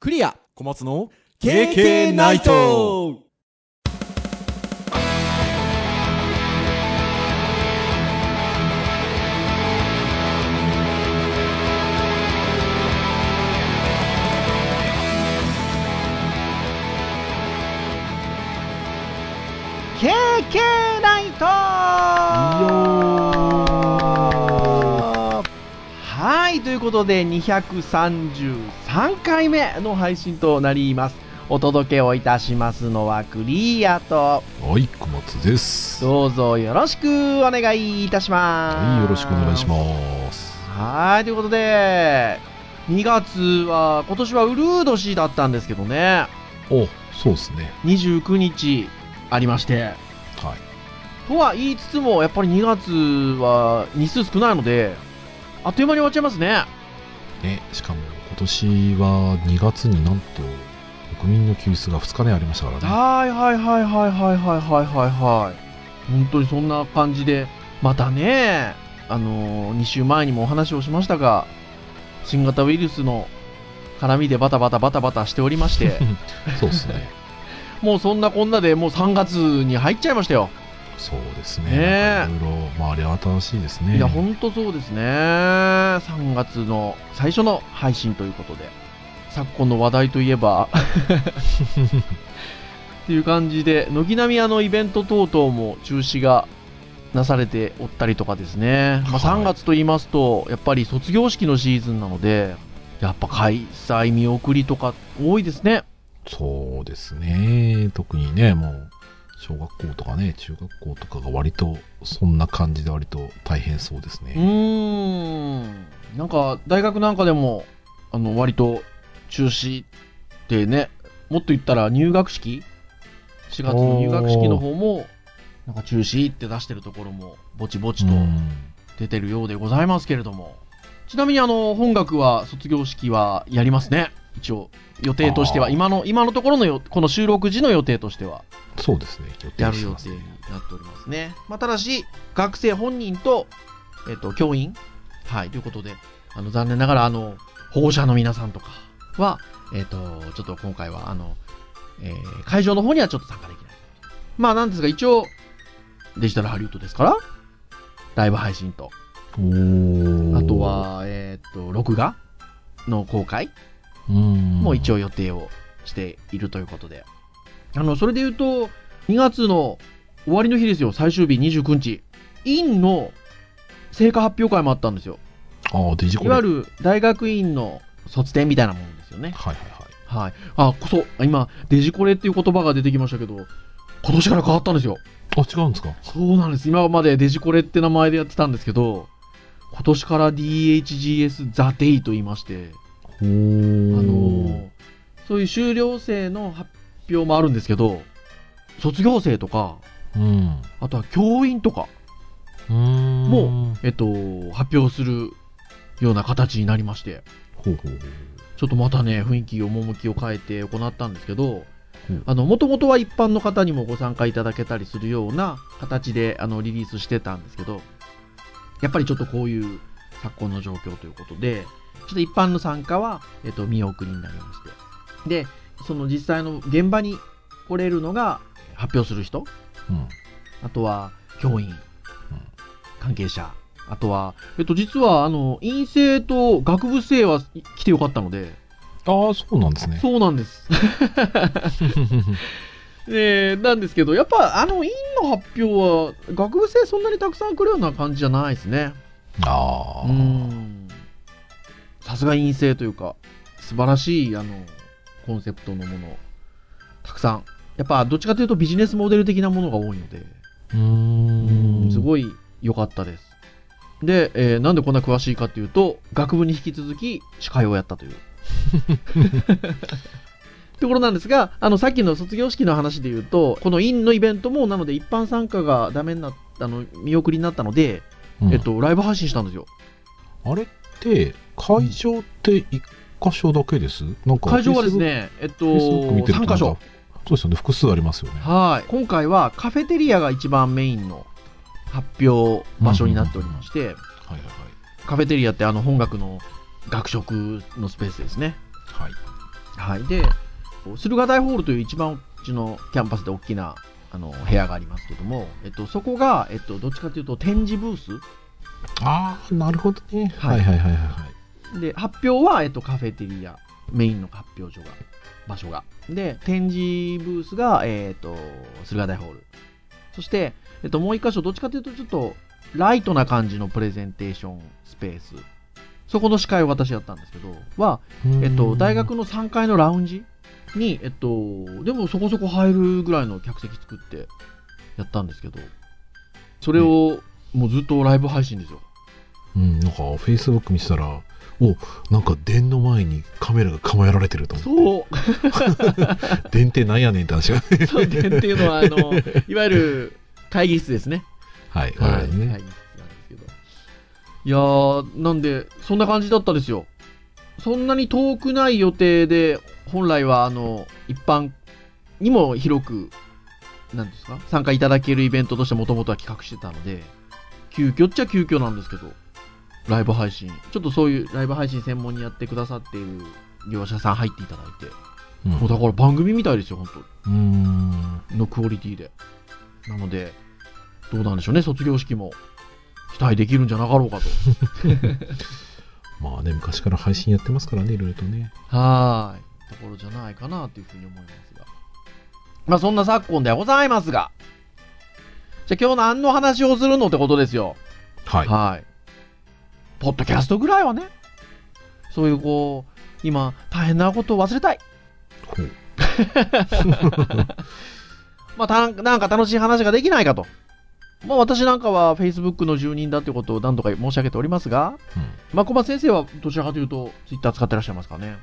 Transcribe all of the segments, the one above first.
クリア小松の KK ナイトナイトはい、ということで233回目の配信となります。お届けをいたしますのはクリアはと、い、小松です。はどうぞよろしくお願いいたしまい、す。よろしくお願いします。はい、ということで、2月は、今年はウルー年だったんですけどね、お、そうですね。 29日ありまして、はい。とは言いつつも、やっぱり2月は日数少ないので、あっという間に終わっちゃいますね。ね、しかも今年は2月になんと国民の救出が2日ねありましたからね。はいはいはいはいはいはいはいはいはい。本当にそんな感じで、またね、あのー、2週前にもお話をしましたが、新型ウイルスの絡みでバタバタバタバタしておりま して、そうですね。もうそんなこんなでもう3月に入っちゃいましたよ。そうですねえね。いろいろ、まあ、あれは新しいですね。いや、ほんとそうですね。3月の最初の配信ということで、昨今の話題とい えば、っていう感じで、軒並みあのイベント等々も中止がなされておったりとかですね。まあ、はい3月と言いますと、やっぱり卒業式のシーズンなので、やっぱ開催見送りとか多いですね。そうですね。特にね、もう、小学校とかね、中学校とかが割と、そんな感じで割と大変そうですうね。ーん。なんか、大学なんかでも、あの、割と中止ってね、もっと言ったら入学式 ?4 月の入学式の方も、なんか中止って出してるところも、ぼちぼちとうん出てるようでございますけれども。ちなみに、あの、本学は、卒業式はやりますね。一応、予定としては、あー今の、今のところのよ、この収録時の予定としては。そうですね。予定やるして予ます定ねになっておりますね。まあ、ただし、学生本人と、えっと、教員、はい、ということで、あの、残念ながら、あの、保護者の皆さんとかは、えっと、ちょっと今回は、あの、えー会場の方にはちょっと参加できない。まあ、なんですが、一応、デジタルハリウッドですから、ライブ配信と、おーあと、は、えっと、録画の公開ももう一応予定をしているということで。あの、それで言うと、2月の終わりの日ですよ、最終日29日。院の成果発表会もあったんですよ。ああ、デジコいレ。わゆる大学院の卒展みたいなもんですよね。はいはいはい。はい。あ、こそ、今、デジコレっていう言葉が出てきましたけど、今年から変わったんですよ。あ、違うんですかそうなんです。今までデジコレって名前でやってたんですけど、今年から DHGS ザ・デイと言いまして、おーあのーそういう修了生の発表もあるんですけど、卒業生とか、うん。あとは教員とか、もえっと、発表するような形になりまして、うん、ほうほうちょっとまたね、雰囲気を、趣を変えて行ったんですけどうん、あの、もともとは一般の方にもご参加いただけたりするような形で、あの、リリースしてたんですけど、やっぱりちょっとこういう昨今の状況ということで、ちょっと一般の参加は、えっと、見送りになりまして。で、その実際の現場に来れるのが、発表する人、うん。あとは教員、関係者、あとは、えっと、実は、あの、院生と学部生は来てよかったので、ああ、そうなんですね。そうなんです。で、なんですけど、やっぱ、あの、院の発表は、学部生そんなにたくさん来るような感じじゃないですね。 ああ、うん。さすが院生というか、素晴らしい、あの、コンセプトのもの、たくさん。やっぱ、どっちかというとビジネスモデル的なものが多いので、うーん。すい。ごい良かったです。で、えーなんでこんな詳しいかっていうと、学部に引き続き司会をやったと いう。ところなんですが、あの、さっきの卒業式の話で言うと、この院のイベントも、なので一般参加がダメになった、あの、見送りになったので、ええっっと、と、ライブ配信したんですよ。あれって、会場って一箇所だけですなんか、会場はですね、えっと、 Facebook、Facebook 見てるとなん3か箇そ所。。うですよね、複数ありますよね。はい。今回はカフェテリアが一番メインの発表場所になっておりまして、はいはいカフェテリアってあの本学の学食のスペースですね。はい。はい。はい。で、駿河台ホールという一番うちのキャンパスで大きなあの部屋がありますけども、えっと、そこが、えっと、どっちかというと展示ブースああ、なるほどね。ははいいはいはいはいはい。で、発表は、えっと、カフェテリア、メインの発表所が、場所が。で、展示ブースが、えっと、駿河台ホール。そして、えっと、もう一箇所、どっちかというとちょっとライトな感じのプレゼンテーションスペース。そこの司会を私やったんですけど、は、えっと、大学の3階のラウンジに、えっと、でもそこそこ入るぐらいの客席作ってやったんですけど、それをもうずっとライブ配信ですよ。うん、なんか、Facebook 見てたら、おなんか、電の前にカメラが構えられてると思って。そうそう。電ってなんやねんって話が。 そうでっていうのは、あの、いわゆる会議室ですね。はい、はい、ね。会議室なんですけど。いやー、なんで、そんな感じだったですよ。そんなに遠くない予定で、本来は、あの、一般にも広く、なんですか、参加いただけるイベントとしてもともとは企画してたので、急遽っちゃ急遽なんですけど、ライブ配信、ちょっとそういうライブ配信専門にやってくださっている業者さん入っていただいて、うんもうだから番組みたいですよ、本当うーん。のクオリティで。なので、どうなんでしょうね、卒業式も期待できるんじゃなかろうかと。まあね、昔から配信やってますからね、いろいろとね。はーい。ところじゃないかなというふうに思いますが。まあそんな昨今ではございますが。じゃあ今日何の話をするのってことですよ。はい。はい。ポッドキャストぐらいはね、そういうこう、今大変なことを忘れたい。こうまあ、たなんか楽しい話ができないかと。まあ、私なんかは Facebook の住人だということを何度か申し上げておりますが、うんまあ、小松先生はどちらかというと Twitter 使ってらっしゃいますからね。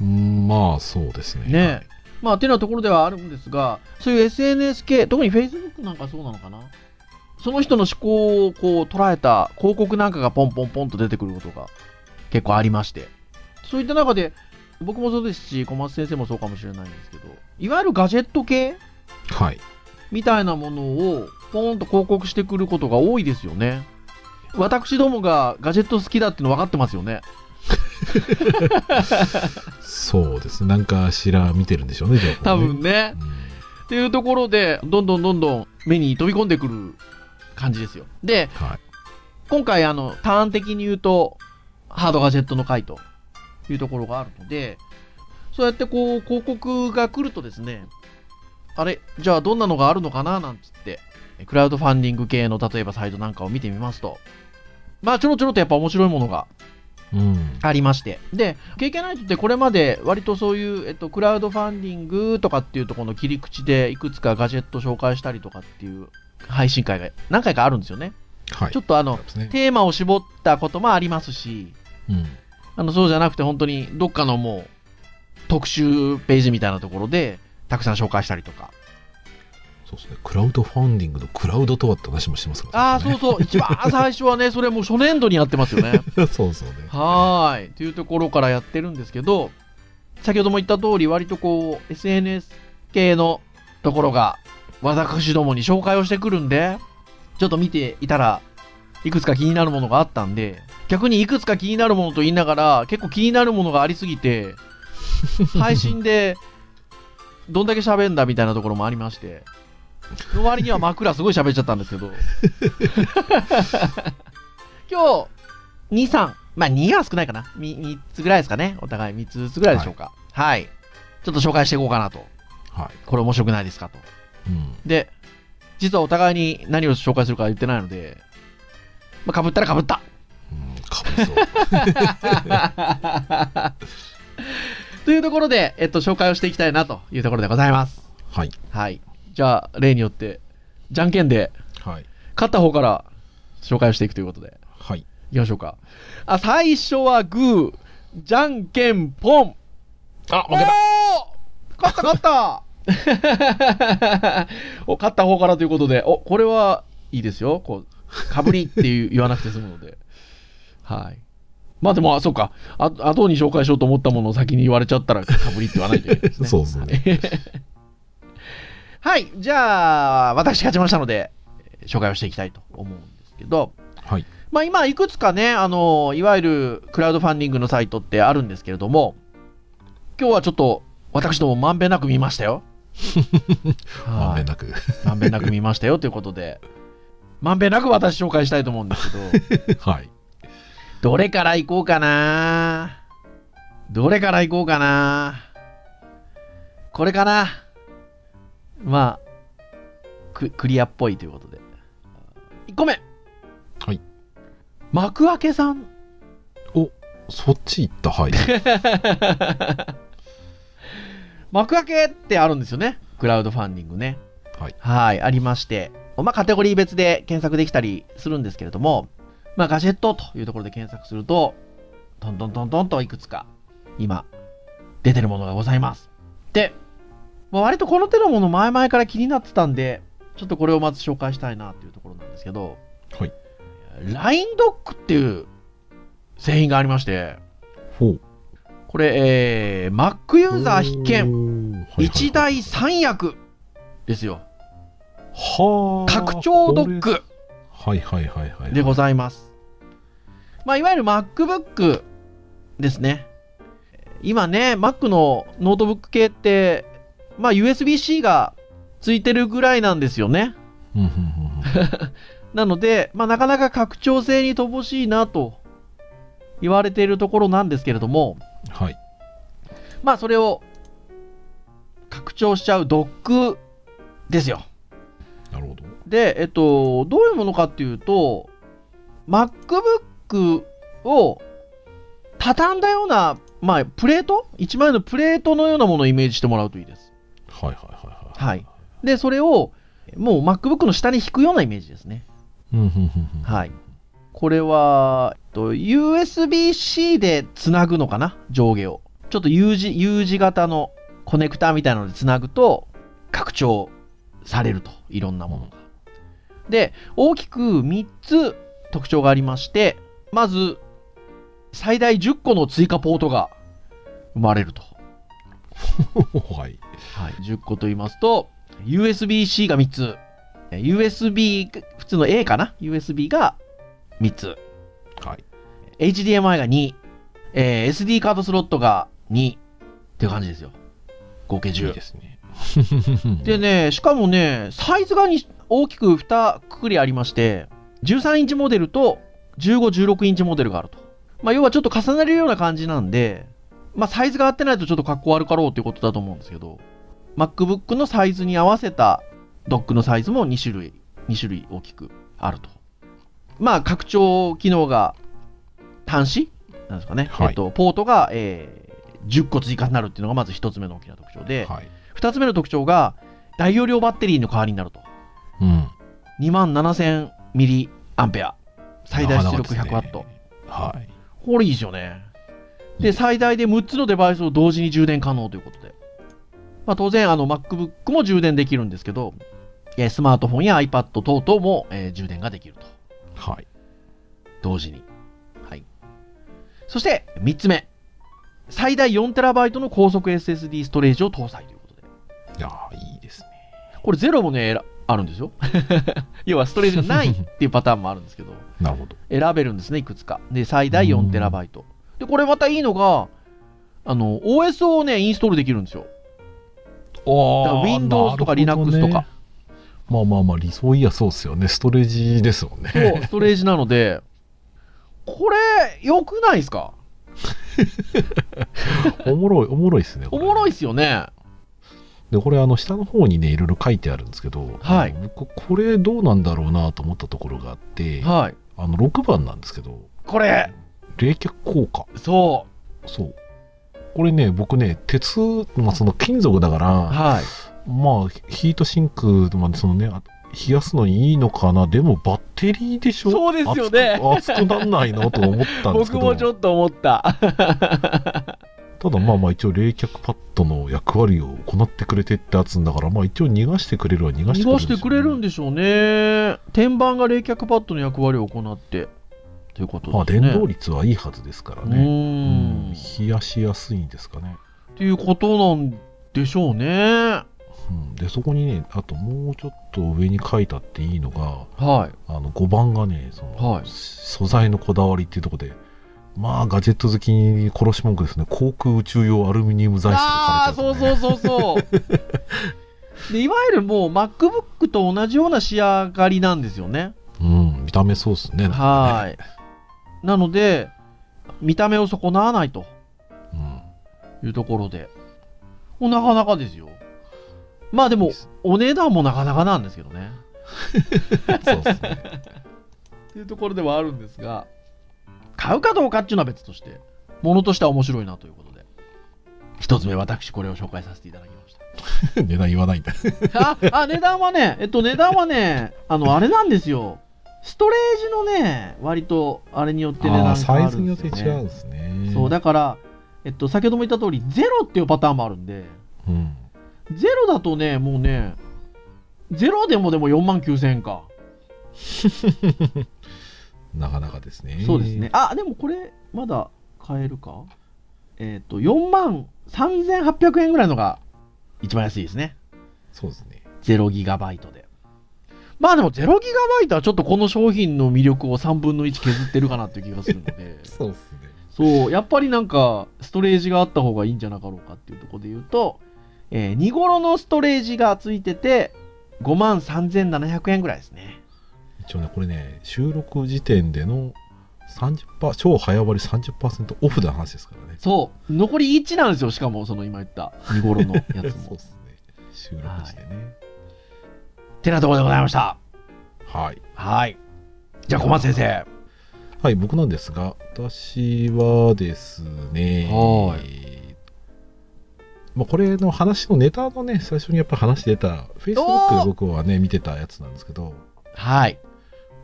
うん、まあ、そうですね。ねえ。まあ、てなところではあるんですが、そういう SNS 系、特に Facebook なんかそうなのかな。その人の思考をこう捉えた広告なんかがポンポンポンと出てくることが結構ありまして。そういった中で、僕もそうですし、小松先生もそうかもしれないんですけど、いわゆるガジェット系はい。みたいなものをポーンと広告してくることが多いですよね。私どもがガジェット好きだっての分かってますよね。そうですね。なんかしら見てるんでしょうね、情報ね多分ね。うんっていうところで、どんどんどんどん目に飛び込んでくる感じですよ。で、はい。今回あの、ターン的に言うと、ハードガジェットの回というところがあるので、そうやってこう、広告が来るとですね、あれ、じゃあどんなのがあるのかななんつって、クラウドファンディング系の例えばサイトなんかを見てみますと、まあちょろちょろとやっぱ面白いものがうん。ありまして。で、経験ないとってこれまで割とそういう、えっと、クラウドファンディングとかっていうとこの切り口でいくつかガジェット紹介したりとかっていう配信会が何回かあるんですよね。はい。ちょっとあそうの、ですね。テーマを絞ったこともありますし、うん。あの、そうじゃなくて本当にどっかのもう特集ページみたいなところでたくさん紹介したりとか。そうですね。クラウドファンディングのクラウドとはって話もしてますからああ、そうね。そう。一番最初はね、それもう初年度にやってますよね。そう そうそうね。はーい。というところからやってるんですけど、先ほども言った通り、割とこう、SNS 系のところが、私どもに紹介をしてくるんで、ちょっと見ていたら、いくつか気になるものがあったんで、逆にいくつか気になるものと言いながら、結構気になるものがありすぎ て、配信で、どんだけ喋んだみたいなところもありまして、の割には枕すごい喋っちゃったんですけ ど、今日、2、3。まあ、2は少ないかな。み3つぐらいですかね。お互い3つずつぐらいでしょうか。はい。ちょっと紹介していこうかなと。はこれ面白くないですかと。い。うん。で、実はお互いに何を紹介するか言ってないので、まあ、被ったら被ったうん、かぶそう。というところで、えっと、紹介をしていきたいなというところでございます。はい。はい。じゃあ、例によって、じゃんけんで、はい。勝った方から紹介をしていくということで、はい。いきましょうか。あ、最初はグー、じゃんけんポンあ、おー勝った勝った お勝った方からということで、おこれはいいですよ、こうかぶりっていう言わなくて済むので、はい。まあでも、あそうかあ、後に紹介しようと思ったものを先に言われちゃったら、かぶりって言わないといけないですね。そうですね。 はい、じゃあ、私勝ちましたので、えー紹介をしていきたいと思うんですけど、はい。まあ、今、いくつかね、あのいわゆるクラウドファンディングのサイトってあるんですけれども、今日はちょっと私どもまんべんなく見ました よ。まんべんななく。く。まんべんなく見ましたよということで、まんべんなく私紹介したいと思うんですけど、 はい。どれから行こうかなどれから行こうかなこれかなまあ、ククリアっぽいということで。1個目はい。幕開けさん。そっち行った、 はい。幕開けってあるんですよね。クラウドファンディングね。はい。ありまして。まあ、カテゴリー別で検索できたりするんですけれども、まあ、ガジェットというところで検索すると、トントントントンといくつか、今、出てるものがございます。で、まあ、割とこの手のもの前々から気になってたんで、ちょっとこれをまず紹介したいなというところなんですけど、はい。ラインドックっていう製品がありまして、ほう。これ、えー、Mac ユーザー必見、見一台三役ですよ。はあ拡張ドッ。こクれはいはいはいはい、はい。でございます。まあ、いわゆる MacBook ですね。今ね、Mac のノートブック系って、まあ、USB-C がついてるぐらいなんですよね。うんうんうんうんなので、まあ、なかなか拡張性に乏しいなと言われているところなんですけれども、はい。まあ、それを拡張しちゃうドックですよ。なるほど。で、えっと、どういうものかっていうと、MacBook を畳んだような、まあ、プレート一枚のプレートのようなものをイメージしてもらうといいです。はいはいはいはい。はい。で、それを、もう MacBook の下に引くようなイメージですね。うんうんうんうん。はい。これは、えっと、USB-C でつなぐのかな上下を。ちょっと U 字、U 字型のコネクターみたいなのでつなぐと、拡張されると。いろんなものが。で、大きく3つ特徴がありまして、まず、最大10個の追加ポートが生まれると。はい。はい、10個と言いますと、USB-C が3つ、え USB、普通の A かな ?USB が3つ、はい。 HDMI が2、えー SD カードスロットが2っていう感じですよ。合計いい10。ですね。でね、しかもね、サイズがに大きく2くくりありまして、13インチモデルと15、16インチモデルがあると。まあ、要はちょっと重なるような感じなんで、まあ、サイズが合ってないとちょっと格好悪かろうということだと思うんですけど、MacBook のサイズに合わせたドックのサイズも2種類、2種類大きくあると。まあ、拡張機能が端子なんですかね。はいえっと、ポートが、えー10個追加になるっていうのがまず1つ目の大きな特徴で、 はい。 2つ目の特徴が大容量バッテリーの代わりになるとうん。 2万7000ミリアンペア最大出力なかな100ワかでッすねト、はい。これいいですよねいいでです最大で6つのデバイスを同時に充電可能ということで、まあ、当然あの MacBook も充電できるんですけどえースマートフォンや iPad 等々も、えー充電ができるとはい。同時にはいそして3つ目最大 4TB の高速 SSD ストレージを搭載ということでいやーいいですね。これゼロもね、えらあるんですよ。 要はストレージがないっていうパターンもあるんですけど、 なるほど。選べるんですね、いくつか。で、最大 4TB。で、これまたいいのが、あの、OS をね、インストールできるんですよ。だからあ Windows とか Linux とか。。まあまあまあ、理想いやそうですよね。ストレージですもんね。 そう、ストレージなので、これ、良くないですかおもろい、おもろいですね。こおれもろいっすよね。で、これ、あの、下の方にね、いろいろ書いてあるんですけど、はいあの僕、これどうなんだろうなと思ったところがあって、はい。あの、6番なんですけど、これ、冷却効果。そそう。これね、僕ね、鉄、まあ、その金属だから、う。はい。まあ、ヒートシンクまで、そのね、あ冷やすのにいいのかな、でもバッテリーでしょ そうですよね熱く熱くなんないのと思ったんです僕けもちど、ょっと思った。ただまあまあ一応冷却パッドの役割を行ってくれてってやつんだから、まあ一応逃がしてくれるは逃がしてくれる、逃がしてくれるんででしょうね。天板が冷却パッドの役割を行って、ということすよね。まあですね。電動率はいいはずですからうね。うーん。冷やしやすいんですかね。っていうことなんでしょうね。はうん、で、そこにね、あともうちょっと上に書いたっていいのが、い。あの5番がねその、はい素材のこだわりっていうところでまあガジェット好きに殺し文句ですね航空宇宙用アルミニウム材質とああかー、書いそうてあそうるそう そう。でいわゆるもう MacBook と同じような仕上がりなんですよね。とねうん見た目そうですねはーい。なので、見た目を損なわないとい、うん、いうところで、おなかなかですよ。まあでも、お値段もなかなかなんですけどね。そうですねっていうところではあるんですが、買うかどうかっていうのは別として、ものとしては面白いなということで、一つ目、私、これを紹介させていただきました。値段言わないんだあ、 あ、値段はね、えっと、値段はね、あの、あれなんですよ。ストレージのね、割と、あれによって値段があー変サわイるズにんよっですてよ、ね。違うんですねそう、だから、えっと、先ほども言った通り、ゼロっていうパターンもあるんで、うんゼロだとね、もうね、ゼロでもでも4万9000円か。なかなかですねそうですね。あ、でもこれ、まだ買えるかえっと、4万3800円ぐらいのが一番安いですね。そうですね0ギガバイトで。まあでも0ギガバイトはちょっとこの商品の魅力を3分の1削ってるかなっていう気がするのでそうですねそうやっぱりなんかストレージがあった方がいいんじゃなかろうかっていうところで言うと、えー、2頃のストレージがついてて5万3700円ぐらいですね一応ねこれね収録時点での30%超早割り30%オフの話ですからねそう残り1なんですよしかもその今言った2頃のや そつうもですね収録時点ねてなところでございましたはいはいじゃあ小松先生はい、僕なんですが、私はですね、はまあ、これの話のネタのね、最初にやっぱ話出た、Facebook で僕はね、見てたやつなんですけど、はい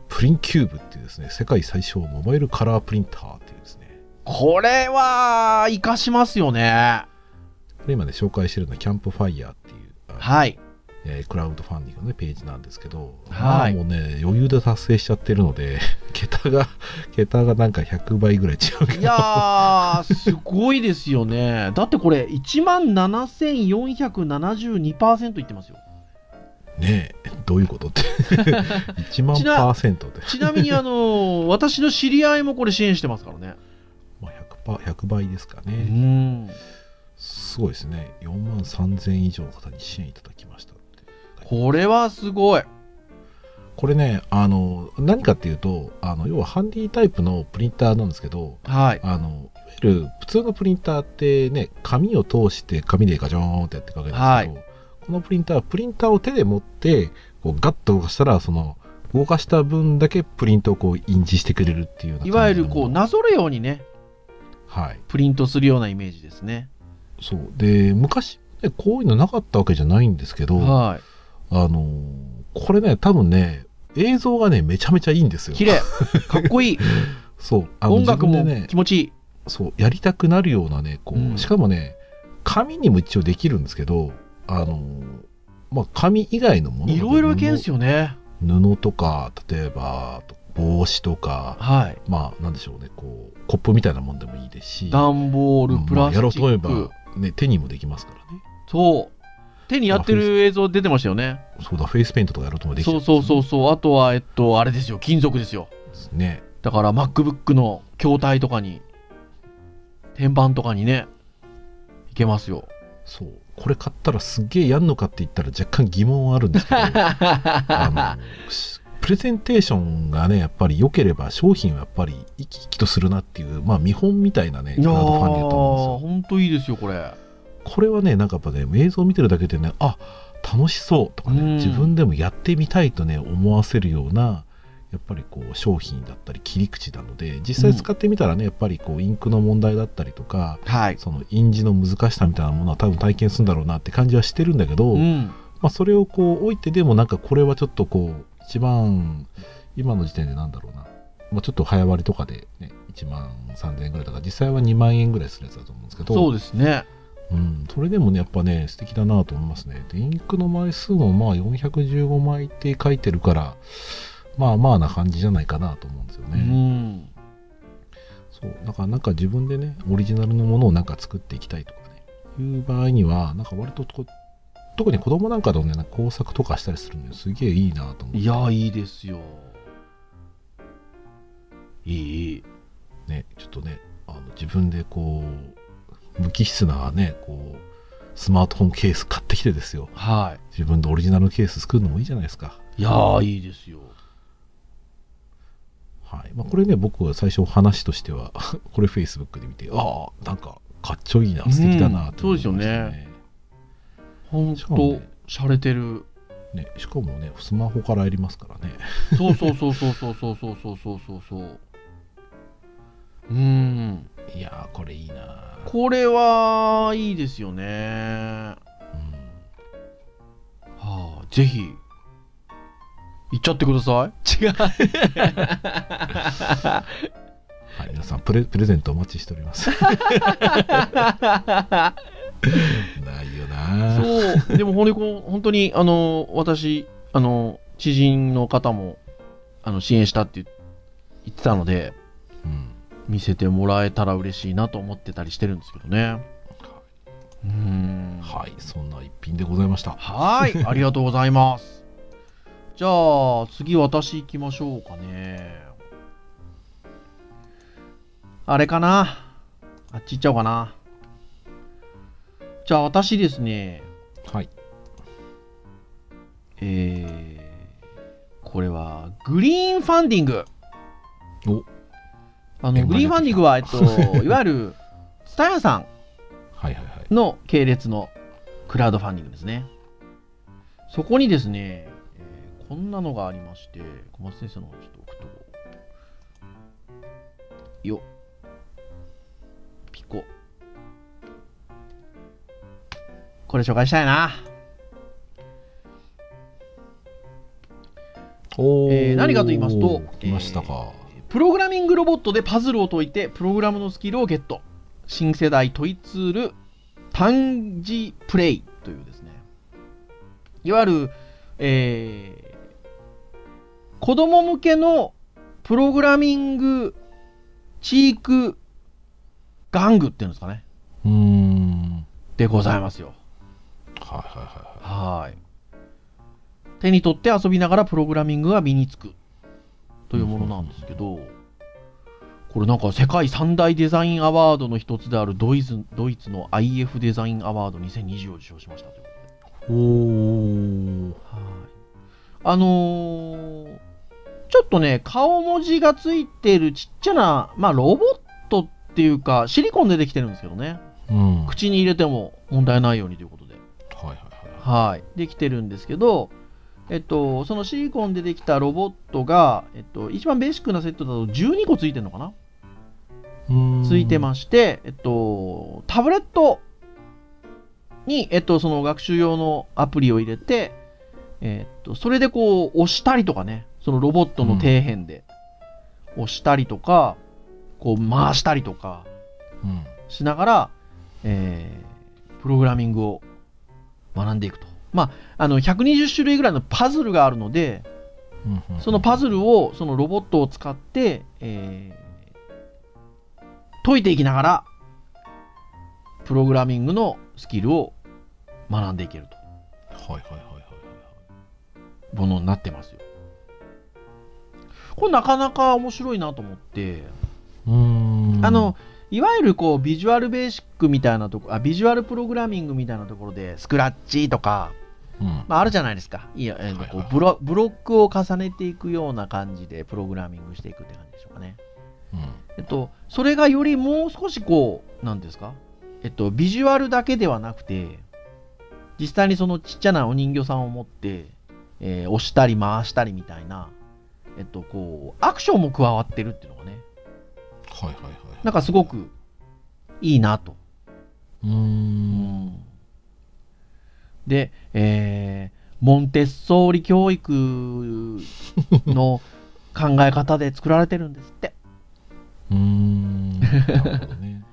プリンキューブっていうですね、世界最小モバイルカラープリンターっていうですね、これは活かしますよねこれ今ね、紹介してるのはキャンプファイヤーっていう、あのはいえークラウドファンディングの、ね、ページなんですけど、はいまあもうね、余裕で達成しちゃってるので、 桁が、桁がなんか100倍ぐらい違うけどい、やー、すごいですよね。 だってこれ、1万7472%いってますよ。ねえどういうことって 1万パーセントで、ちなみに、あ のー私の知り合いもこれ支援してますからね。まあ、100, パー100倍ですかうね、ん。すごいですね4万3000以上の方に支援いただきましたってこれはすごい。これねあの何かっていうとあの要はハンディタイプのプリンターなんですけどはい。あのいわゆる普通のプリンターってね紙を通して紙でガチョーンってやってかけるんですけど、このプリンターはプリンターを手で持ってこうガッと動かしたらその動かした分だけプリントをこう印字してくれるっていうようないわゆる、感じのこう、ものなぞるようにね、はいプリントするようなイメージですね。そうで昔ねこういうのなかったわけじゃないんですけど、はあのーこれね多分ね映像がねめちゃめちゃいいんですい。よ綺麗。かっこ いい。そうあの音楽自も分でね気持ちいい。そうやりたくなるようなねこう、うんしかもね紙にも一応できるんですけどあのーまあ紙以外のものいろいろいけんすよよね。布とか例えば帽子とかはい。まあなんでしょうねこうコップみたいなもんでもいいですし段ボール、プまあラスやろうチと思えッばク。、ね、手にもできますからねそう。手にやってる映像出てましたよね。そうだフェイスペイントとかやろうともできちゃそんうですよそうそうそうあとはえっとあれですよ金属ですよですねだから MacBook の筐体とかに天板とかにねいけますよそうこれ買ったらすっげえやんのかって言ったら若干疑問はあるんです けどあのしプレゼンテーションがねやっぱり良ければ商品はやっぱり生き生きとするなっていうまあ見本みたいなねクいやラウードファンディングだと思うんでほんといいですよこれすよこれはねなんかやっぱね映像を見てるだけでねあ楽しそうとかね、うん自分でもやってみたいとね思わせるようなやっぱりこう商品だったり切り口なので実際使ってみたらね、やっぱりこうインクの問題だったりとかはいその印字の難しさみたいなものは多分体験するんだろうなって感じはしてるんだけど、うんまあ、それをこう置いてでもなんかこれはちょっとこう一番今の時点でなんだろうな、まあ、ちょっと早割りとかで、ね、1万3000円ぐらいだから実際は2万円ぐらいするやつだと思うんですけどそうですねうん、それでもねやっぱね素敵だなと思いますねでインクの枚数もまあ415枚って書いてるからまあまあな感じじゃないかなと思うんですようね。んそうだからなんか自分でねオリジナルのものをなんか作っていきたいとかねいう場合にはなんか割とこう特に子供なんかとねなんか工作とかしたりするのにすげえいいなと思っていやいいですよいいいいねちょっとねあの自分でこう無機質なねこうスマートフォンケース買ってきてですよは自分でオリジナルケース作るのもいいじゃないですかい。いやー、いいですよ。はいまあ、これね僕は最初話としては これフェイスブックで見てああなんかかっちょいいな素敵だなと思いました、ねうんそうですよほんしかもとね、洒落てる。ねしかもねスマホからやりますからねそうそうそうそうそうそうそうそうそうそうそう。うーん。いやーこれいいなーこれは、いいですよね。うんはあ、ぜひ、行っちゃってください。違う。はい、皆さんプレプレゼントお待ちしております ないよなーそう、でもほんでこう本当に、あの、私、あの、知人の方も、あの、支援したって言ってたので、うん見せてもらえたら嬉しいなと思ってたりしてるんですけどね。うーん。はいそんな一品でございましたはーい、ありがとうございます。じゃあ、次私行きましょうかね。あれかなあっち行っちゃおうかな。じゃあ私ですね、はいえー、これは、グリーンファンディング。おあの、円盤グリーンファンディングは、えっと、いわゆる、ツタヤさはいはいはいんの系列のクラウドファンディングですね。そこにですね、えーこんなのがありまして、小松先生の方にちょっと置くと、よっピコ。これ紹介したいな。おえー何かと言いますと来ましたか、プログラミングロボットでパズルを解いて、プログラムのスキルをゲット。新世代トイツール、単字プレイというですね。いわゆる、えー、子供向けのプログラミング、チーク、玩具っていうんですかね。うーんでございますよ。はいはいはいははい。手に取って遊びながらプログラミングが身につくというものなんですけど、これなんか世界三大デザインアワードの一つであるドイツドイツの IF デザインアワード2020を受賞しましたということで。いおおはい。あのーちょっとね、顔文字がついてるちっちゃな、まあロボットっていうか、シリコンでできてるんですけどね。うんはい口に入れても問題ないようにということで。はいははい、できてるんですけど、えっと、そのシリコンでできたロボットが、えっと、一番ベーシックなセットだと12個ついてるのかないうんついてすまして、えっと、タブレットに、えっと、その学習用のアプリを入れて、えっと、それでこう、押したりとかね、そのロボットの底辺で押したりとか、こう、回したりとかうんしながら、えープログラミングを学んでいくと。まあ、あの、120種類ぐらいのパズルがあるので、うんうんそのパズルを、そのロボットを使って、えー解いていきながら、プログラミングのスキルを学んでいけるとはいはいはいはいはいものになってますよ。これなかなか面白いなと思って、うーんあの、いわゆるこう、ビジュアルベーシックみたいなとこ、あ、ビジュアルプログラミングみたいなところで、スクラッチとか、うんまあ、あるじゃないですか。いや、えはいーはいこうブロブロックを重ねていくような感じでプログラミングしていくって感じでしょうかね。うんえっと、それがよりもう少しこう、なんですかえっと、ビジュアルだけではなくて、実際にそのちっちゃなお人形さんを持って、えー押したり回したりみたいな、えっと、こう、アクションも加わってるっていうのがね、はいはいはいはいなんかすごくいいなと。うーんで、えーモンテッソーリ教育の考え方で作られてるんですって。うーんなるほどね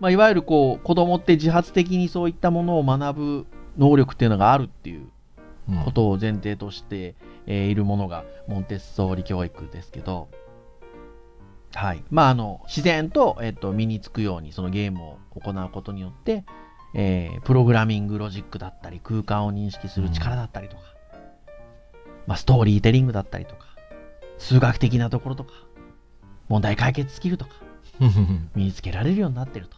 まあ、いわゆるこう、子供って自発的にそういったものを学ぶ能力っていうのがあるっていううん ことを前提として、えーいるものがモンテッソーリ教育ですけど、はい。まあ、あの、自然と、えっと、身につくように、そのゲームを行うことによって、えープログラミングロジックだったり、空間を認識する力だったりとか、まあ、ストーリーテリングだったりとか、数学的なところとか、問題解決スキルとか、身につけられるようになってると。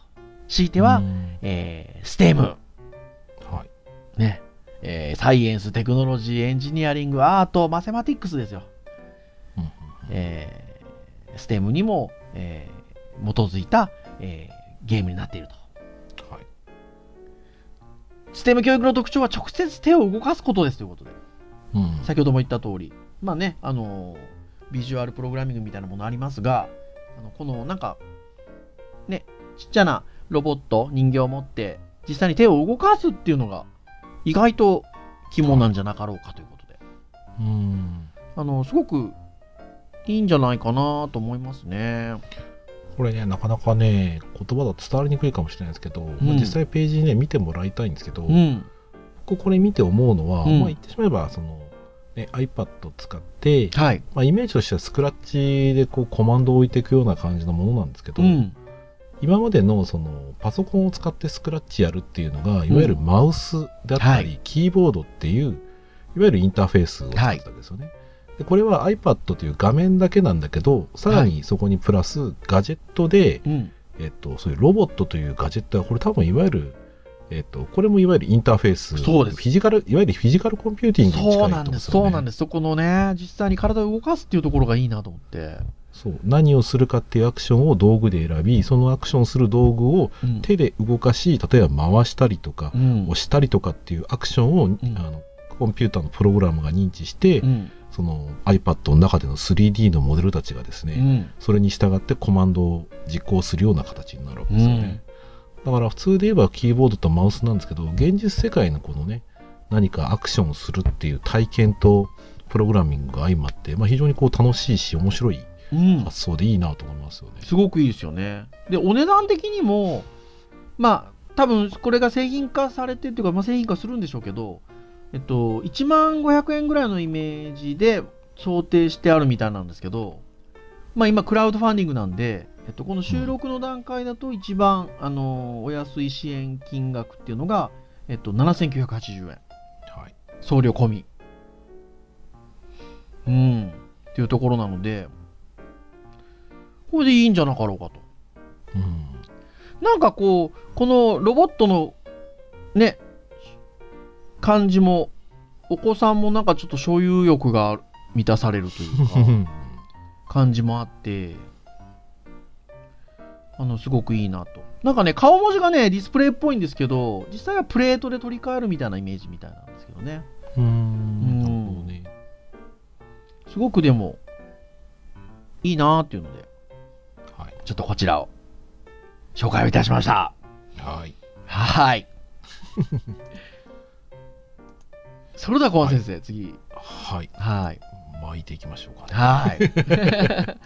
強いては、うんえー、ステム、はい。ね、えーサイエンス、テクノロジー、エンジニアリング、アート、マセマティックスですよ。うんうんえー、ステムにも、えー基づいた、えーゲームになっていると。はい。ステム教育の特徴は直接手を動かすことですということで、うん先ほども言った通り、まあね、あのービジュアルプログラミングみたいなものありますが、あのこのなんか、ね、ちっちゃなロボット、人形を持って、実際に手を動かすっていうのが、意外と肝なんじゃなかろうかということで、うんあのすごくいいんじゃないかなと思いますね。これね、なかなかね、言葉だと伝わりにくいかもしれないですけど、まあ実際ページね、見てもらいたいんですけど、うん、ここれ見て思うのは、うんまあ言ってしまえば、その、ね、iPad を使って、はい、まあ、イメージとしてはスクラッチでこうコマンドを置いていくような感じのものなんですけど、うん、今までのそのパソコンを使ってスクラッチやるっていうのがいわゆるマウスだったり、はキーボードっていういわゆるインターフェースを使ってたんですよね。でこれは iPad という画面だけなんだけどさらにそこにプラスガジェットで、うん、えっと、そういうロボットというガジェットはこれ多分いわゆる、えっと、これもいわゆるインターフェースそうですフィジカルいわゆるフィジカルコンピューティングに近いとそ思ううんなんです、すよねそうなんです、そこのね、実際に体を動かすっていうところがいいなと思って。そう何をするかっていうアクションを道具で選びそのアクションする道具をうん手で動かし例えば回したりとか、うん押したりとかっていうアクションを、あのコンピューターのプログラムが認知して、うんその iPad の中での 3D のモデルたちがですね、うんそれに従ってコマンドを実行するような形になるわけうですよんね、だから普通で言えばキーボードとマウスなんですけど現実世界のこのね何かアクションをするっていう体験とプログラミングが相まって、まあ、非常にこう楽しいし面白いうん発想でいいなと思いますよね。すごくいいですよね。で、お値段的にも、まあ、多分これが製品化されてっていうか、まあ、製品化するんでしょうけど、えっと、1万500円ぐらいのイメージで想定してあるみたいなんですけど、まあ、今、クラウドファンディングなんで、えっと、この収録の段階だと、一番、あのお安い支援金額っていうのが、えっと、7980円。はい、送料込み。うん。っていうところなので、これでいいんじゃなかろうかと。うんなんかこう、このロボットの、ね、感じも、お子さんもなんかちょっと所有欲が満たされる というか、感じもあって、あの、すごくいいなと。なんかね、顔文字がね、ディスプレイっぽいんですけど、実際はプレートで取り替えるみたいなイメージみたいなんですけどね。うーうんんなるほどね。すごくでも、いいなーっていうので、はい。ちょっとこちらを、紹介をいたしました。はい。はーい。それでは、小林先生、次。はい。はーい。巻いていきましょうかね。はーい。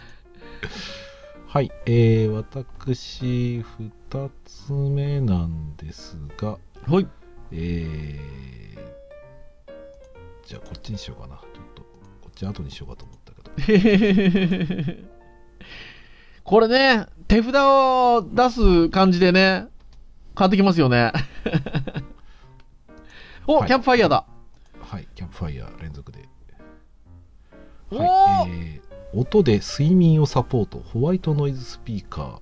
はい。えー、私、二つ目なんですが、ほい。 えー、じゃあこっちにしようかな。ちょっと、こっち後にしようかと思ったけど。これね、手札を出す感じでね、変わってきますよね。 お、はいキャンプファイヤーだ。はい。キャンプファイヤー連続で。おーはい。えー、音で睡眠をサポート、ホワイトノイズスピーカー、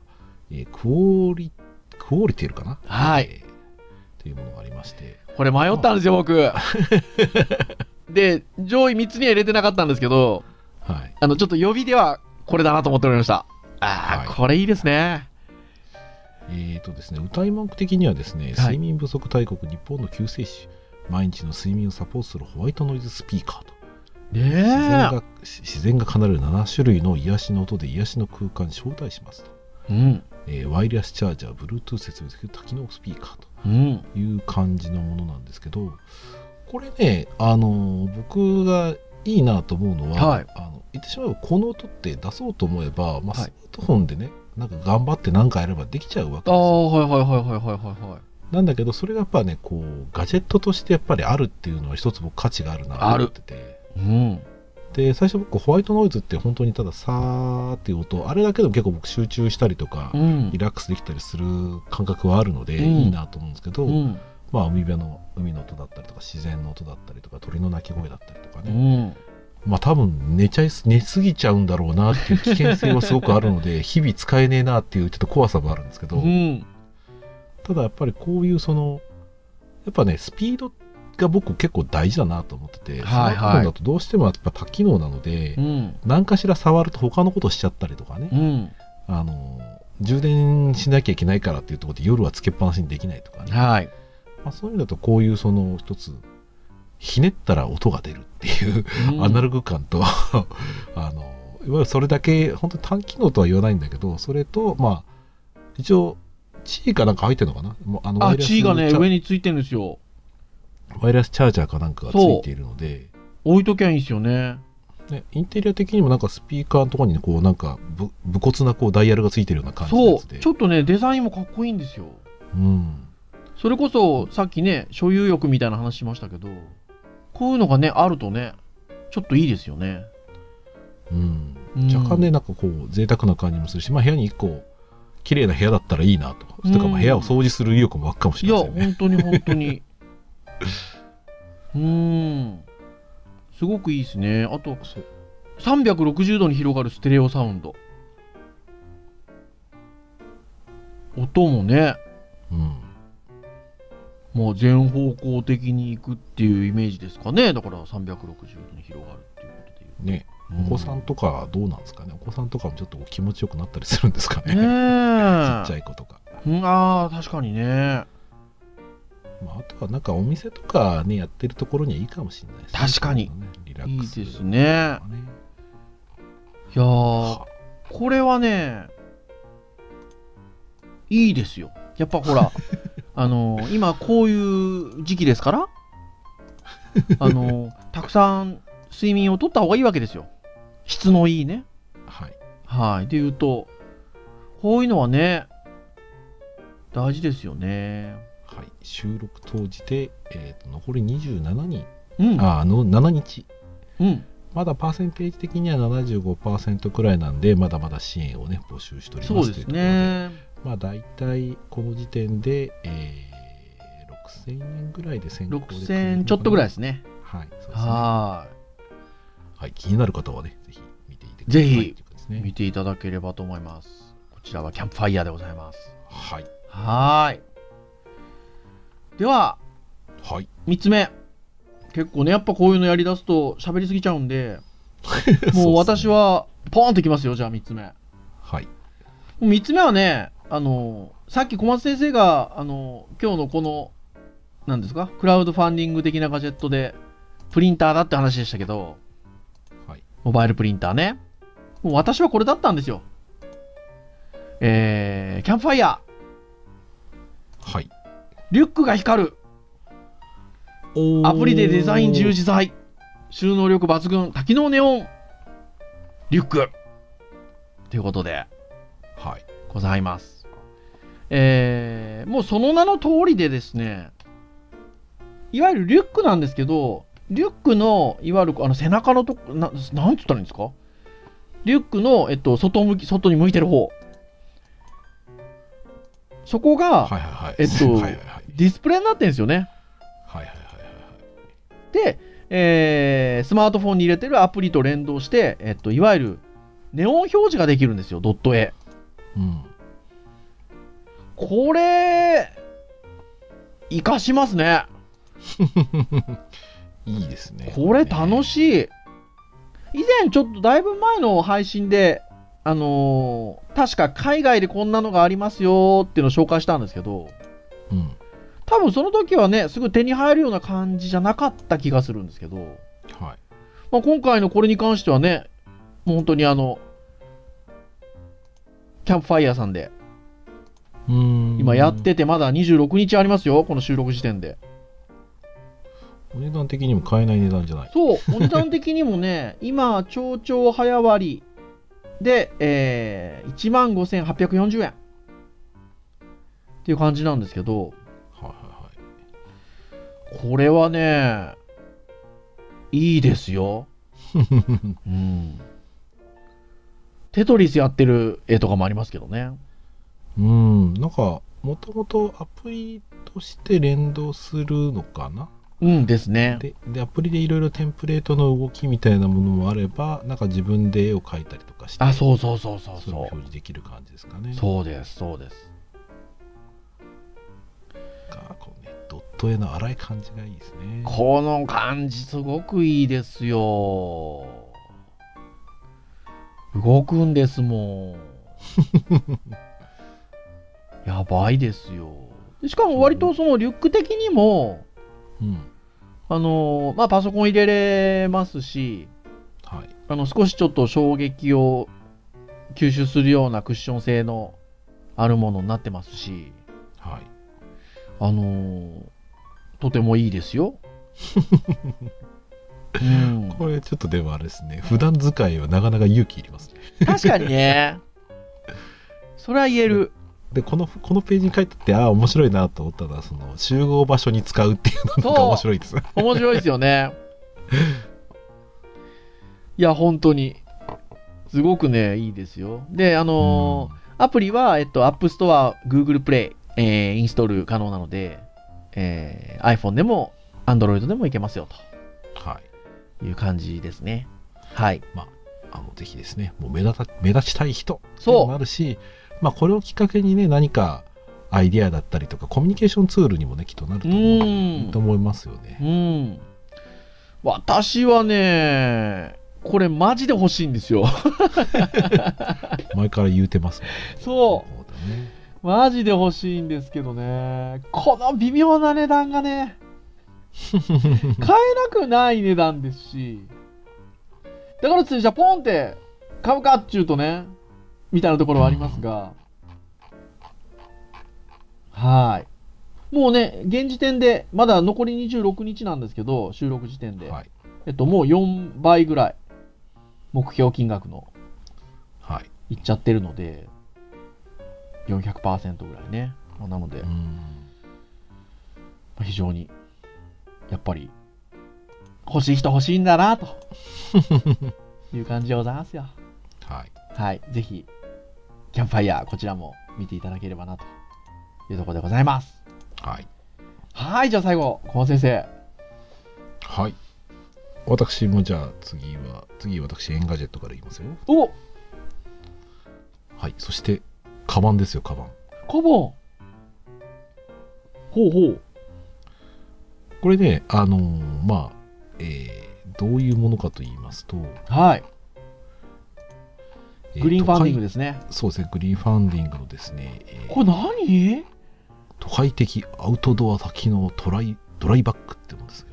えー、クオリ、クオリティルかなはい。えーというものがありまして、これ迷ったんですよ、僕。で、上位3つには入れてなかったんですけど、はい。あの、ちょっと予備ではこれだなと思っておりました。ああ、はいこれいいですね。えーとですね、歌い文句的にはですね、はい睡眠不足大国日本の救世主、毎日の睡眠をサポートするホワイトノイズスピーカーと、自然ねがし自然が奏でる7種類の癒しの音で癒しの空間に招待しますと、え。うん。えーワイヤレスチャージャー、Bluetooth 設備付き多機能スピーカーとうん。いう感じのものなんですけど、これね、あのー僕がいいなと思うのは、はいあの言ってしまえばこの音って出そうと思えば、まあ、はいスマートフォンでね、なんか頑張って何かやればできちゃうわけあですよ。あ、はいはいはいはいはいはいはい。なんだけど、それがやっぱね、こう、ガジェットとしてやっぱりあるっていうのは一つ僕価値があるなと思ってて。うん。で、最初僕ホワイトノイズって本当にたださーっていう音、あれだけでも結構僕集中したりとかう、んリ。ラックスできたりする感覚はあるので、うんいいなと思うんですけど、うん。まあ海辺の、海の音だったりとか、自然の音だったりとか、鳥の鳴き声だったりとかうね、ん。まあ多分寝ちゃいす寝すぎちゃうんだろうなっていう危険性はすごくあるので 日々使えねえなっていうちょっと怖さもあるんですけどうん。ただやっぱりこういうそのやっぱねスピードが僕結構大事だなと思ってて、はいはいスマートフォンだとどうしてもやっぱ多機能なので、うん。何かしら触ると他のことしちゃったりとかね、うん。あの充電しなきゃいけないからっていうところで夜はつけっぱなしにできないとかね、はい。まあ、そういう意味だとこういうその一つひねったら音が出るっていううんアナログ感と、 あのいわゆるそれだけ本当に単機能とは言わないんだけどそれとまあ一応地位かなんか入ってるのかなもうあのワあ、イヤレス地位がね、チャ上についてるんですよ。ワイヤレスチャージャーかなんかがついているので、置いときゃいいんですよね。ね、インテリア的にもなんかスピーカーのところにこうなんかぶ武骨なこうダイヤルがついてるような感じのそやう。つでちょっとね、デザインもかっこいいんですよ。うん、それこそ、さっきね、所有欲みたいな話しましたけど、こういうのがね、あるとね、ちょっといいですよね。うん、うん若干ねなんかこう贅沢な感じもするし、まあ、部屋に一個綺麗な部屋だったらいいなとか,、うんとかまあ部屋を掃除する意欲も湧くかもしいれや、ませんね。本当に本当に。 うーん。すごくいいですね。あと、そう360度に広がるステレオサウンド。音もね、うんもう全方向的に行くっていうイメージですかね。だから360度に広がるっていうことで言うね、うんお子さんとかどうなんですかねお子さんとかもちょっとこう気持ちよくなったりするんですかねちねっちえゃ。い子とか、うん、ああ、確かにね。まあ、あとはなんかお店とかねやってるところにはいいかもしれないですね確かにこういうのねリラいックいスですね。ねいやーは、これはね、いいですよ。やっぱほ ら、あのー今こういう時期ですから、あのーたくさん睡眠をとった方がいいわけですよ。質のいいね。はいはい。で言うと、こういうのはね、大事ですよね。はい、収録当時で、えーと残り27人、うん。ああの7日うん。まだパーセンテージ的には75%くらいなんで、まだまだ支援をね、募集しておりそまうすでといすうところで。ね。まあ大体この時点で、えー、6000円ぐらいで先行で6000ちょっとぐらいい。ですね。はい、そうですね。は、はい気になる方はね、ぜひ見ていてくださぜい。ひということですい。見ね。ていただければと思います。こちらはキャンプファイヤーでございます。はい、はーい。では、はい、 3つ目。結構ね、やっぱこういうのやりだすと喋りすぎちゃうん で、もう私はポーンといきますよ、じゃあ3つ目。はい、 3つ目はね、あの、さっき小松先生が、あの、今日のこの、なんですか、クラウドファンディング的なガジェットで、プリンターだって話でしたけど、はいモバイルプリンターね。もう私はこれだったんですよ。えー、キャンプファイヤはい。ー、リュックが光る。アプリでデザイン自由自在。収納力抜群。多機能ネオン。リュック。ということではい、ございます。えー、もうその名の通りでですね、いわゆるリュックなんですけど、リュックの、いわゆるあの背中のとこ、ななんつったらいいんですかリュックの、えっと、外向き、外に向いてる方。そこがはい、はい、はい。えっとはい、はい、はい。ディスプレイになってるんですよね。はい、はい、はい。で、えースマートフォンに入れてるアプリと連動して、えっと、いわゆるネオン表示ができるんですよ、ドット絵。うん。これ、活かしますね。いいですね。これ楽い。しい。以前、ちょっとだいぶ前の配信で、あのー確か海外でこんなのがありますよっていうのを紹介したんですけど、うん。多分その時はね、すぐ手に入るような感じじゃなかった気がするんですけど、はい。まあ、今回のこれに関してはね、もう本当にあの、キャンプファイヤーさんで、うーん今やっててまだ26日ありますよ、この収録時点で。お値段的にも買えない値段じゃない。そう、お値段的にもね、 今、超々早割りで、えー、15,840円。っていう感じなんですけど、はいはいこれはね、いいですよ。はい。うん。テトリスやってる絵とかもありますけどね。うん、なんか、もともとアプリとして連動するのかなうんですね。ででアプリでいろいろテンプレートの動きみたいなものもあればなんか自分で絵を描いたりとかしてあ、そうそうそうそうそれをそ表示できる感じですかねう。そうです、そうです。かこうねドット絵の荒い感じがいいですねこの感じすごくいいですよ。動くんです もん。やばいですよ。でしかも割とそのリュック的にも、うんあのまあ、パソコン入れれますし、はいあの少しちょっと衝撃を吸収するようなクッション性のあるものになってますし、はいあのーとてもいいですよ。うん、これちょっとでもあれですね普段使いはなかなか勇気いりますね確かにね。それは言える。でこのこのページに書いてあってああ面白いなと思ったのはその集合場所に使うっていうのがそう面白 いですね面白いですよね。いや、本当に。すごくね、いいですよ。で、あのーアプリは、えっと、App Store、Google Play、えーインストール可能なので、えー iPhone でも Android でもいけますよはいという感じですね。はい。あのぜひですねもう目立た目立ちたい人っていうのもそあるしまあこれをきっかけにね何かアイディアだったりとかコミュニケーションツールにもねきっとなるとう。う思うーんと。思いますよねうん。私はね、これマジで欲しいんですよ。前から言うてますもん そうだねう。マジで欲しいんですけどね。この微妙な値段がね、買えなくない値段ですし。だからついじゃあポンって買うかっちゅうとね、みたいなところはありますが。はい。もうね、現時点で、まだ残り26日なんですけど、収録時点で。はいえっと、もう4倍ぐらい、目標金額の、はいいっちゃってるので、400%ぐらいね。まあなので、うまんあ非常に、やっぱり、欲しい人欲しいんだ な、という感じでございますよ。はいはい。ぜひ、キャンプファイヤー、こちらも見ていただければな、というところでございます。はいはい。じゃあ最後、小松先生。はい私もじゃあ次は次私エンガジェットから言いますよおはいそしてカバンですよカバンコボンほうほう。これねあのーまあえーどういうものかと言いますと、はい。えグリーンファンディングでですね。そうですねグリーンファンディングのですね、えーこれ何都会的アウトドア先のトライドライバッグってもんですよ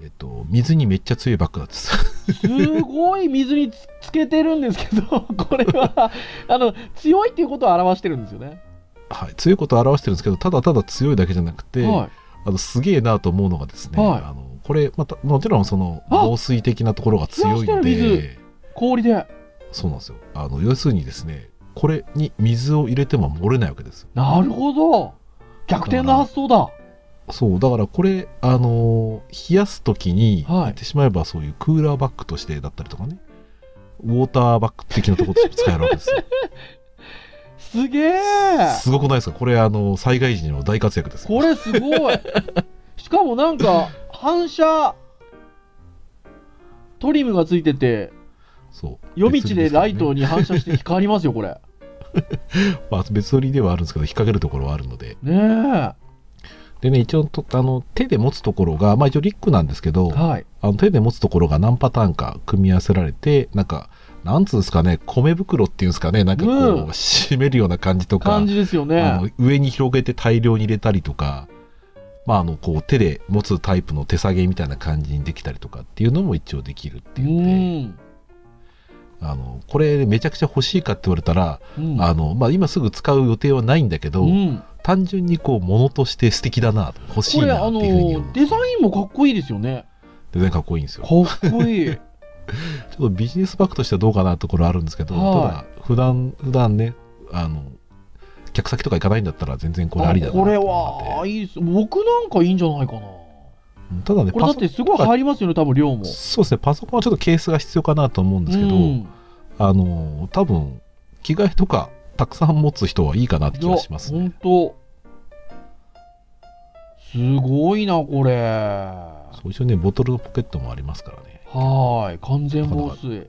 えっと水にめっちゃ強いバッグなんですすごい水につつけてるんですけど、 これはあの強いっていうことを表してるんですよね。 はい強いことを表してるんですけどただただ強いだけじゃなくて、はあのすげえなと思うのがですね、はいあのこれまたもちろんそのあ防水的なところが強いの冷やしてるでい、氷で。そうなんですよあの要するにですねこれに水を入れても漏れないわけですよなるほど。逆転の発想だ。そうだからこれあのー冷やす時にはい言ってしまえばそういうクーラーバッグとしてだったりとかねウォーターバッグ的なところとして使えるわけです よすげえ。すごくないですかこれあの災害時にも大活躍ですよこれすご い。しかもなんか反射トリムがついてて、そう夜道でライトに、に反射して光りますよ、これ。まあ、別売りではあるんですけど引っ掛けるところはあるのでねえ。はでね一応とあの手で持つところが、まあ、一応リックなんですけど、い。あの手で持つところが何パターンか組み合わせられてなんかなんつうんですかね米袋っていうんですかねなんかこう、うん締めるような感じとか感じですよあねの。上に広げて大量に入れたりとか、まあ、あのこう手で持つタイプの手提げみたいな感じにできたりとかっていうのも一応できるってういうんでん。あのこれめちゃくちゃ欲しいかって言われたら、うんあのまあ、今すぐ使う予定はないんだけど、うん。単純にこう物として素敵だな欲しいこれなあっていのうふうに思うデザインもかっこいいですよねデザインかっこいいんですよかっこいいちょっとビジネスバッグとしてはどうかなところあるんですけど、はただ普段普段ねあの客先とか行かないんだったら全然 これありだなとこ思ってれはいいです僕なんかいいんじゃないかなうんただねこれだパっソてすごい入りますよね多分量もそうですねパソコンはちょっとケースが必要かなと思うんですけど、うんあの多分着替えとかたくさん持つ人はいいかなって気がしますいねや本当すごいな、これ。そう一緒にねボトルのポケットもありますからねはい。完全防水。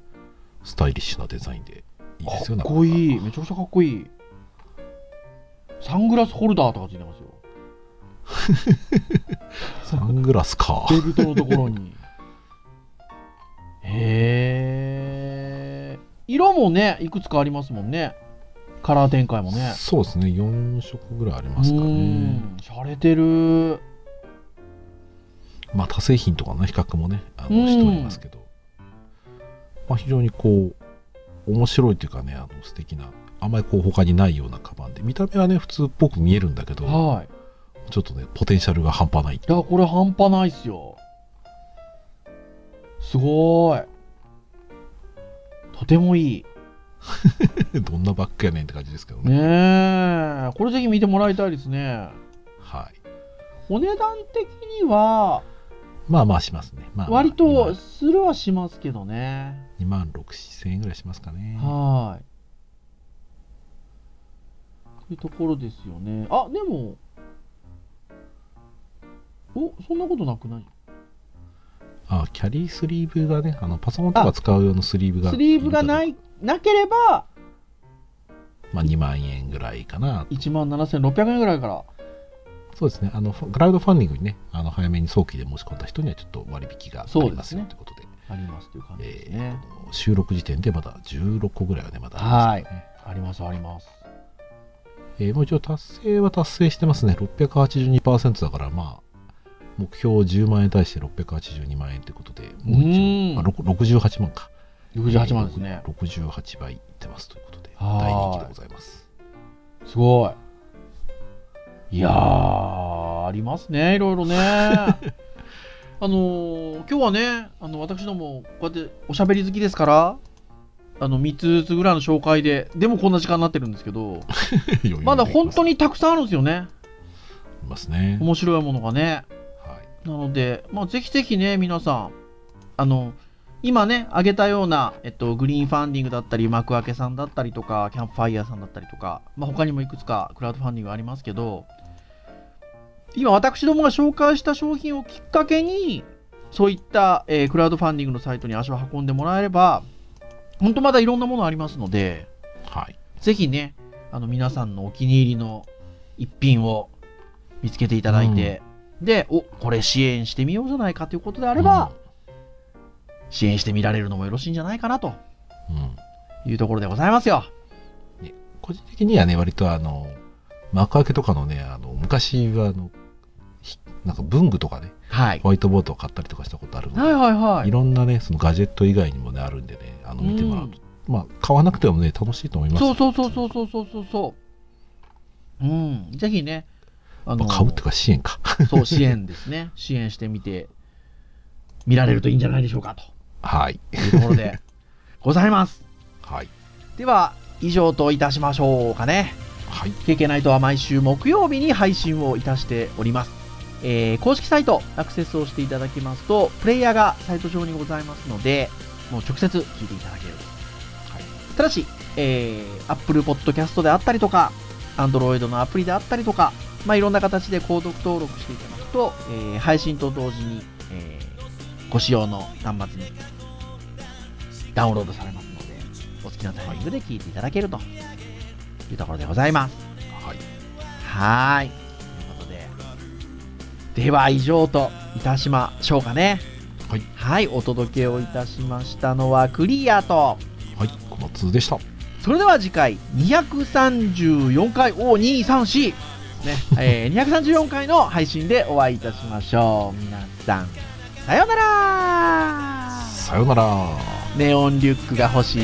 スタイリッシュなデザインでいいですよかっこいい。なかめちゃくちゃかっこいい。サングラスホルダーとかついてますよ。なかサングラスかベルトのところに。へえ。色もね、いくつかありますもんね。カラー展開もね。そうですね4色ぐらいありうますかねん。洒落てる。まあ他製品とかの比較もねあうんのしておりますけど、まあ、非常にこう面白いというかねあの素敵なあんまりこう他にないようなカバンで見た目はね普通っぽく見えるんだけどはい。ちょっとねポテンシャルが半端ない いや、これ半端ないっすよ。すごーい。とてもいい。どんなバッグやねんって感じですけどねねえ。これぜひ見てもらいたいですね。はいお値段的には、まあまあしますね、まあ、割とするはしますけどね。 2万6 0円ぐらいしますかねはーい。というところですよね。あ、でも、お、そんなことなくないあキャリースリーブがねあのパソコンとか使う用のスリーブが、スリーブがないい、なければ、まあ、2万円ぐらいかな17,600円ぐらいから。そうですね、あのファクラウドファンディングにね、あの早めに早期で申し込んだ人にはちょっと割引があそうりでますすねよということで、ありますという感じですえーね。この収録時点でまだ16個ぐらいはね、まだありますからね。ありますあります。えーもう一応達成は達成してますね、682%だから、まあ、目標10万円に対して682万円ということで、もううー一ん応、まあ、ろく68万か。 68万ですね。 68倍いってますということで、はーい大人気でござい ます。すごい。いやー、ありますね、いろい ろね。あのー今日はね、あの私ども、こうやっておしゃべり好きですから、あの3つずつぐらいの紹介で、でもこんな時間になってるんですけど、余裕でまだ本当いにたくさんあるんですよね、きますね。面白いものがね。はいなので、まあ、ぜひぜひね、皆さん、あの、今ね、挙げたような、えっと、グリーンファンディングだったり、幕開けさんだったりとか、キャンプファイヤーさんだったりとか、まあ、他にもいくつかクラウドファンディングありますけど、今、私どもが紹介した商品をきっかけに、そういった、えークラウドファンディングのサイトに足を運んでもらえれば、本当まだいろんなものありますので、はいぜひね、あの皆さんのお気に入りの一品を見つけていただいて、で、おこれ支援してみようじゃないかということであれば、支援してみられるのもよろしいんじゃないかなとうんうんいうところでございますよ。個人的にはね割とあの幕開けとかのねあの昔はあのひなんか文具とかねはい。ホワイトボードを買ったりとかしたことあるので、、はいはいはいい。ろんなねそのガジェット以外にもねあるんでねあの見てもらうと、まあ買わなくてもね楽しいと思いますそうそうそうそうそうそうそうそう。うん、ぜひね、あまあ買うっていうか支援か そう、支援ですね。支援してみて、見られるといいんじゃないでしょうかはいというところでございます。はいでは、以上といたしましょうかね。はい KK ナイトは毎週木曜日に配信をいたしております。えー公式サイトアクセスをしていただきますと、プレイヤーがサイト上にございますので、もう直接聞いていただけると。はい、ただし、えー Apple Podcast であったりとか、Android のアプリであったりとか、まあ、いろんな形で購読登録していただくと、えー配信と同時に、えーご使用の端末にダウンロードされますので、お好きなタイミングで聞いていただけるというところでございます。はいはーい。ということで。では、以上といたしましょうかね。はい。お届けをいたしましたのはクリアと。はいこの2でしたそれでは次回、234回、おー、234。ね、 えー、234回の配信でお会いいたしましょう。皆さん、さようならさようなら ネオンリュックが欲しい。